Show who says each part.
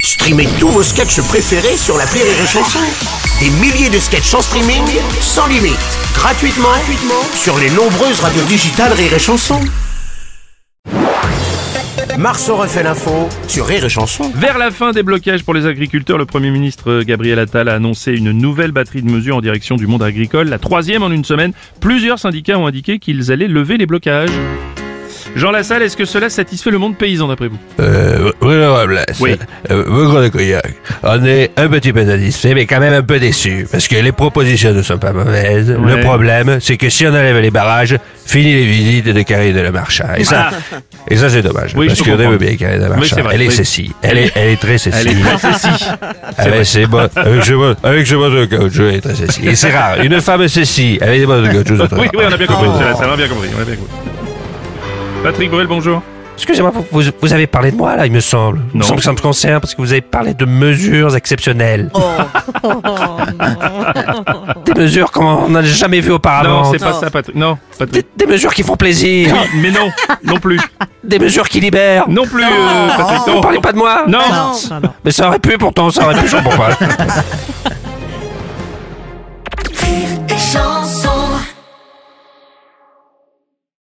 Speaker 1: Streamez tous vos sketchs préférés sur la Rire et Chanson. Des milliers de sketchs en streaming, sans limite, gratuitement, gratuitement sur les nombreuses radios digitales Rire et Chanson. Marceau refait l'info sur Rire et Chanson.
Speaker 2: Vers la fin des blocages pour les agriculteurs, le Premier ministre euh, Gabriel Attal a annoncé une nouvelle batterie de mesures en direction du monde agricole, la troisième en une semaine. Plusieurs syndicats ont indiqué qu'ils allaient lever les blocages. Jean Lassalle, est-ce que cela satisfait le monde paysan d'après vous
Speaker 3: Euh, Bruno Robles,
Speaker 2: Oui.
Speaker 3: euh, Veuillez le cognac. on est un petit peu satisfait, mais quand même un peu déçu, parce que les propositions ne sont pas mauvaises.
Speaker 2: Ouais.
Speaker 3: Le problème, c'est que si on enlève les barrages, fini les visites de Karine Le Marchand. Et ça, et ça c'est dommage,
Speaker 2: Ah. Oui,
Speaker 3: parce
Speaker 2: je
Speaker 3: qu'on
Speaker 2: comprends.
Speaker 3: aime bien Karine Le
Speaker 2: Oui,
Speaker 3: Marchand.
Speaker 2: c'est vrai,
Speaker 3: elle est
Speaker 2: oui.
Speaker 3: ceci, elle est, elle est très Ah, ceci.
Speaker 2: Elle est très saisie.
Speaker 3: Avec ses bottes, avec ses bottes, avec ses bottes de caoutchouc, elle est très ceci. Et c'est rare, une femme ceci, avec des bottes de caoutchouc. c'est très
Speaker 2: Oui,
Speaker 3: rare.
Speaker 2: oui, on a bien
Speaker 3: Oh.
Speaker 2: compris, monsieur Lassalle, on a bien compris, on a bien compris. Patrick Bruel, bonjour.
Speaker 3: Excusez-moi, vous, vous- vous avez parlé de moi là, il me semble. Il me
Speaker 2: Non.
Speaker 3: semble que ça me concerne parce que vous avez parlé de mesures exceptionnelles.
Speaker 2: Oh.
Speaker 3: des mesures qu'on n'a jamais vues auparavant.
Speaker 2: non, c'est pas ça, Patrick. Non,
Speaker 3: des,
Speaker 2: Patrick.
Speaker 3: des mesures qui font plaisir.
Speaker 2: Oui, mais non, non plus.
Speaker 3: Des mesures qui libèrent. Oh.
Speaker 2: Non plus, euh, Patrick.
Speaker 3: Vous
Speaker 2: non.
Speaker 3: parlez pas de moi
Speaker 2: Non.
Speaker 3: Mais ça aurait pu pourtant, ça aurait pu, j'en comprends pas.